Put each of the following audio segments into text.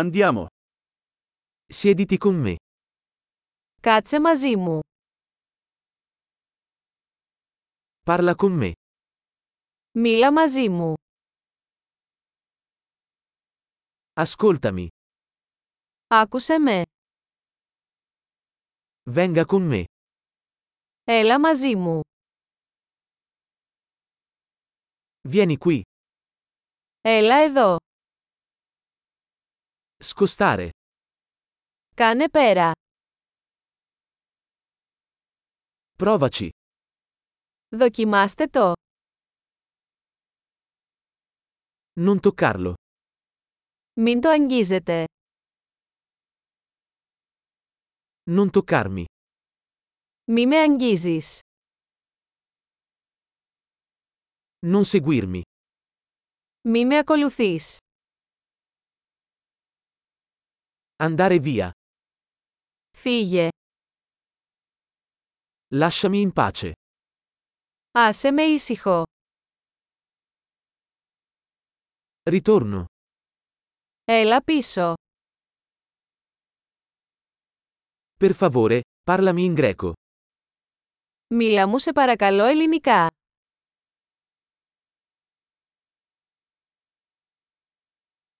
Andiamo. Siediti con me. Κάτσε μαζί μου. Parla con me. Μίλα μαζί μου. Ascoltami. Άκουσε με. Venga con me. Έλα μαζί μου. Vieni qui. Έλα εδώ. Scostare. Κάνε πέρα. Provaci. Δοκιμάστε το. Non toccarlo. Μην το αγγίζετε. Non toccarmi. Μη με αγγίζεις. Non seguirmi. Μη με ακολουθείς. Andare via. Φύγε. Lasciami in pace. Άσε με ήσυχο. Ritorno. Έλα πίσω. Per favore, parlami in greco. Μίλα μου σε παρακαλώ ελληνικά.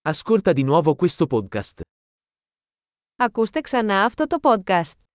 Ascolta di nuovo questo podcast. Ακούστε ξανά αυτό το podcast.